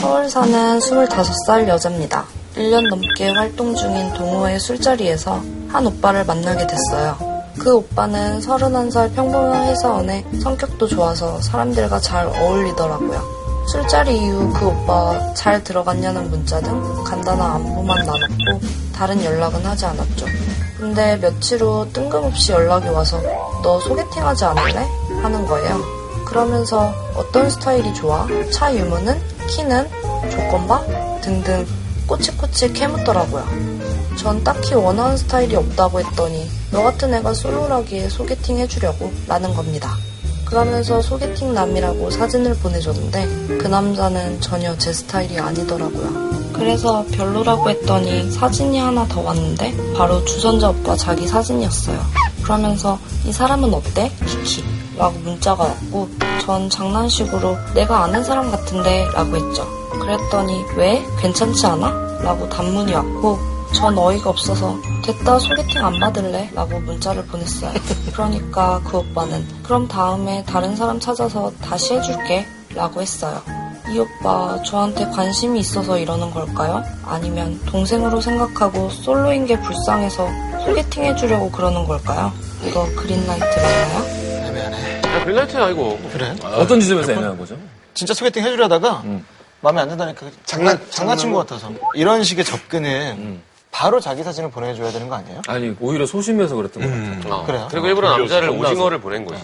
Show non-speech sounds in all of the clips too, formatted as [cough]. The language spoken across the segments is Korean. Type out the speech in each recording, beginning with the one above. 서울 사는 25살 여자입니다. 1년 넘게 활동 중인 동호회 술자리에서 한 오빠를 만나게 됐어요. 그 오빠는 31살 평범한 회사원에 성격도 좋아서 사람들과 잘 어울리더라고요. 술자리 이후 그 오빠 잘 들어갔냐는 문자 등 간단한 안부만 나눴고 다른 연락은 하지 않았죠. 근데 며칠 후 뜬금없이 연락이 와서 너 소개팅하지 않을래? 하는 거예요. 그러면서 어떤 스타일이 좋아? 차 유무는? 키는? 조건방? 등등 꼬치꼬치 캐묻더라고요. 전 딱히 원하는 스타일이 없다고 했더니 너 같은 애가 솔로라기에 소개팅 해주려고 라는 겁니다. 그러면서 소개팅 남이라고 사진을 보내줬는데 그 남자는 전혀 제 스타일이 아니더라고요. 그래서 별로라고 했더니 사진이 하나 더 왔는데 바로 주선자 오빠 자기 사진이었어요. 그러면서 이 사람은 어때? 키키 라고 문자가 왔고 전 장난식으로 내가 아는 사람 같은데 라고 했죠. 그랬더니 왜? 괜찮지 않아? 라고 단문이 왔고 전 어이가 없어서 됐다 소개팅 안 받을래? 라고 문자를 보냈어요. 그러니까 그 오빠는 그럼 다음에 다른 사람 찾아서 다시 해줄게 라고 했어요. 이 오빠 저한테 관심이 있어서 이러는 걸까요? 아니면 동생으로 생각하고 솔로인 게 불쌍해서 소개팅 해주려고 그러는 걸까요? 이거 그린라이트 맞나요? 야, 벨라이트야 이거. 그래? 어떤 지점에서 아, 애매한 거죠? 진짜 소개팅 해주려다가 마음에 안 든다니까 장난 장난친 것 같아서 이런 식의 접근은 바로 자기 사진을 보내줘야 되는 거 아니에요? 아니 오히려 소심해서 그랬던 음, 것 같아요. 어. 그래요? 그리고 일부러 남자를 혼자서. 오징어를 보낸 거지.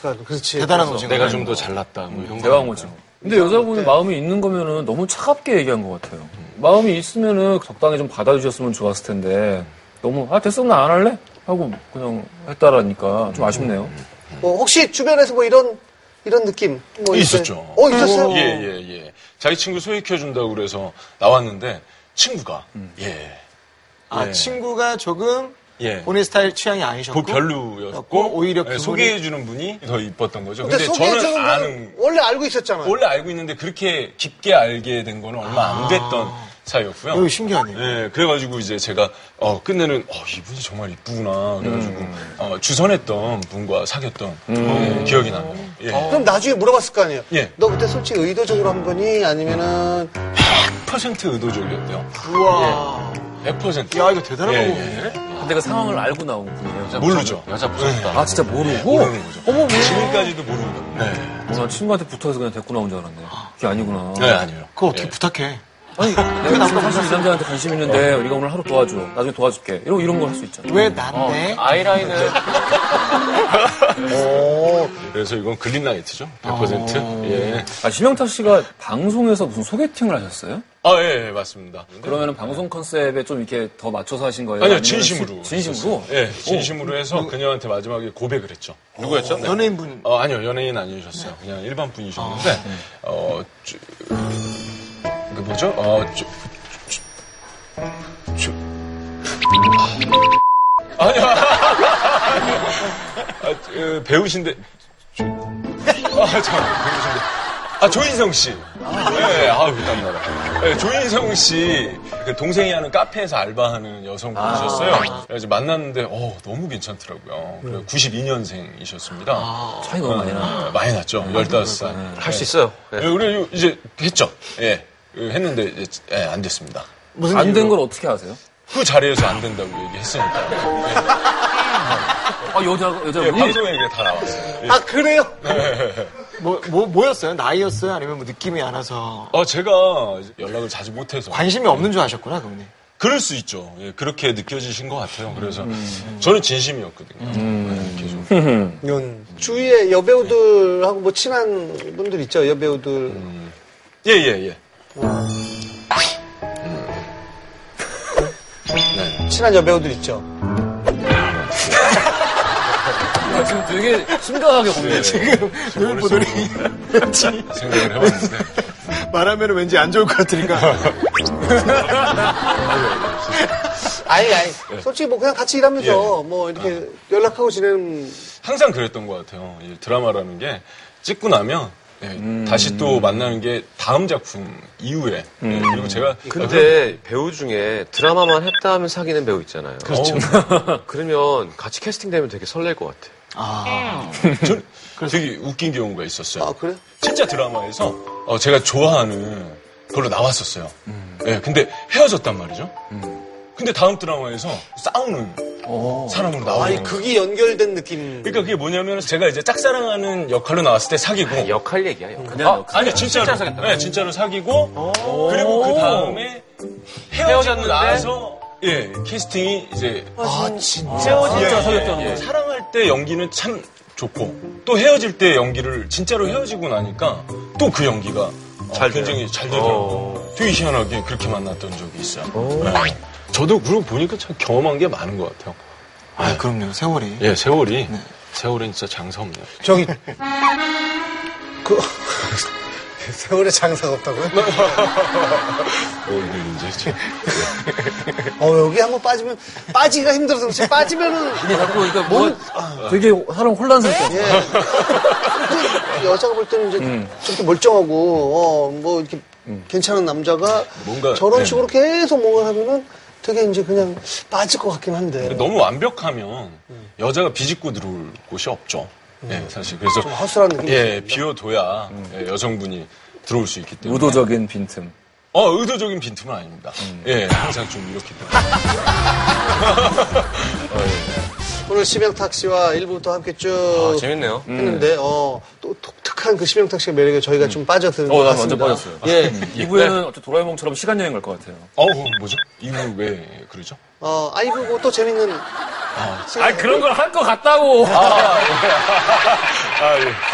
그러니까 그렇지. 대단한 그래서 거지. 내가 좀 더 잘났다. 뭐 음. 이런 대왕 거니까. 오징어. 근데 네. 여자분이 마음이 있는 거면은 너무 차갑게 얘기한 것 같아요. 마음이 있으면은 적당히 좀 받아주셨으면 좋았을 텐데 너무 아 됐어 나 안 할래 하고 그냥 했다라니까 좀 아쉽네요. 음. 뭐 혹시 주변에서 뭐 이런 이런 느낌 뭐 있었죠. 어 있었어요. 예, 예, 예. 자기 친구 소개해준다고 그래서 나왔는데, 친구가, 음. 예, 아 예. 친구가 조금 예. 본인 스타일 취향이 아니셨고 보 별로였고, 오히려 예, 그분이- 소개해주는 분이 더 이뻤던 거죠. 근데, 근데, 소개해주는 저는 거는 아는, 원래 알고 있었잖아요. 원래 알고 있는데 그렇게 깊게 알게 된 거는 얼마 아. 안 됐던 사이였고요. 이거 어, 신기하네요. 예, 그래가지고 이제 제가 어, 끝내는 어, 이분이 정말 이쁘구나 그래가지고 음. 어, 주선했던 분과 사귀었던 예, 기억이 나요. 예. 그럼 나중에 물어봤을 거 아니에요. 예. 너 그때 솔직히 의도적으로 한 거니 아니면은 100% 의도적이었대요. 우와 100%. 야, 이거 예, 대단한 거구나. 근데 그 상황을 알고 나온 분이에요. 모르죠. 예, 여자 무섭다. 아 진짜 모르고 모르는 거죠. 어머 지금까지도 모르는 거예요. 네. 뭐나 친구한테 붙어서 그냥 데리고 나온 줄 알았네. 그게 아니구나. 네, 아니에요. 그거 어떻게 예. 부탁해 아니 내가 지금 사실 이 남자한테 관심 있는데 우리가 오늘 하루 도와줘. 나중에 도와줄게. 이런 이런 걸 할 수 어, 있잖아. 왜 난데 아이라인을 그래서 이건 글린라이트죠. 100%. 어. 예. 아 심영탁 씨가 방송에서 무슨 소개팅을 하셨어요? 아, 예, 예, 맞습니다. 그러면은 방송 컨셉에 좀 이렇게 더 맞춰서 하신 거예요? 아니요, 아니면은 진심으로. 시- 진심으로? 했었어요. 예, 진심으로 해서 그녀한테 마지막에 고백을 했죠. 누구였죠? 네. 연예인분 네. 어, 아니요, 연예인 아니셨어요. 그냥 일반 분이셨는데, 어, 쭈- 그 뭐죠? 어, 쭈- 쭈- 쭈- 아니요. [laughs] 아, 그 배우신데, 쭈- 아, 참, 배우신데. 아, 조인성 씨. 네, 아우, 땀나라. 네, 조인성 씨, 그 동생이 하는 카페에서 알바하는 아. 여성분이셨어요. 그래서 만났는데, 어, 너무 괜찮더라고요. 92년생이셨습니다. 차이 아. 너무 많이 아, 나. 어, 많이 났죠. 15살. 할 네. 수 있어요. 네. 예, 우리 이제 했죠. 예. 예, 했는데, 이제, 예, 안 됐습니다. 무슨 안 된 걸 어떻게 아세요? 그 자리에서 안 된다고 얘기했으니까. 아, 여자, 예, 여자분이? 방송에 이게 다 나왔어요. 예. 아 그래요? 뭐, 뭐 뭐였어요 나이였어요 아니면 뭐 느낌이 안 와서 아, 제가 연락을 자주 못해서. 관심이 없는 줄 아셨구나 그분이 그럴 수 있죠. 예, 그렇게 느껴지신 것 같아요. 그래서 저는 진심이었거든요. 예, 계속. 연. 주위에 여배우들하고 뭐 친한 분들 있죠. 여배우들 예, 예, 예. 네. 친한 여배우들 있죠. 아, 지금 되게 심각하게 고민해. 보더니 [laughs] 생각을 해봤는데. 말하면 왠지 안 좋을 것 같으니까 아니 아니. 예. 솔직히 뭐 그냥 같이 일하면서 뭐 이렇게 아. 연락하고 지내는 항상 그랬던 것 같아요. 이 드라마라는 게 찍고 나면 예, 다시 또 만나는 게 다음 작품 이후에 예, 그리고 제가 아, 근데 배우 중에 드라마만 했다 하면 사귀는 배우 있잖아요. 어, 그렇죠. 그러면 같이 캐스팅되면 되게 설렐 것 같아. 저 되게 웃긴 경우가 있었어요. 아 그래? 진짜 드라마에서 어, 제가 좋아하는 그걸로 나왔었어요. 예, 근데 헤어졌단 말이죠. 근데 다음 드라마에서 싸우는 사람으로 나와요. 아니 극이 연결된 [laughs] 느낌. 그러니까 그게 뭐냐면 제가 이제 짝사랑하는 역할로 나왔을 때 사귀고 역할 얘기야, 역할. 아, 아니 진짜로 진짜 사귀었다고? 네, 진짜로 사귀고 그리고 그 다음에 헤어졌는데 나서 예 캐스팅이 이제 아 진짜. 진짜 사귀었다는 거예요. 사랑할 때 연기는 참 좋고 또 헤어질 때 연기를 진짜로 헤어지고 나니까 또 그 연기가 어, 잘 돼요. 굉장히 네. 잘 되더라고요. 되게 희한하게 그렇게 만났던 적이 있어요. 네. 저도 그러고 보니까 참 경험한 게 많은 것 같아요. 아, 그럼요. 세월이. 예, 세월이 세월은 진짜 장사 없네요. 저기 그 세월에 장사가 없다고요? 오늘 이제 참- 어 여기 한번 빠지면 빠지기가 힘들어서 그렇지 빠지면은 자꾸 그러니까 뭐 되게 사람 혼란스럽게. 예. 근데 여자가 볼 때는 이제 저렇게 멀쩡하고 어, 뭐 이렇게 괜찮은 남자가 뭔가, 저런 예. 네. 식으로 계속 뭔가 하면은 되게 이제 그냥 빠질 것 같긴 한데 [laughs] 너무 완벽하면 여자가 비집고 들어올 곳이 없죠. 예, 사실 그래서 음. 좀 허술한 느낌이 음. 예, 비워둬야 예, 여성분이 들어올 수 있기 네? 때문에 의도적인 빈틈. 어, 의도적인 빈틈은 아닙니다. 음. 예, 항상 좀 이렇게 오늘 심영탁 씨와 일부부터 함께 쭉 아, 재밌네요. 음. 했는데 어, 또 독특한 그 심영탁 씨의 매력에 저희가 좀 빠져드는 어, 것 난 같습니다. 완전 빠졌어요. 예, 이후에는 어째 도라에몽처럼 시간 여행 갈 것 같아요. 어, 어, 뭐죠? 이거 왜 그러죠? 어, 아이 그리고 또 재밌는 아 그런 걸 할 것 같다고. 아, 예.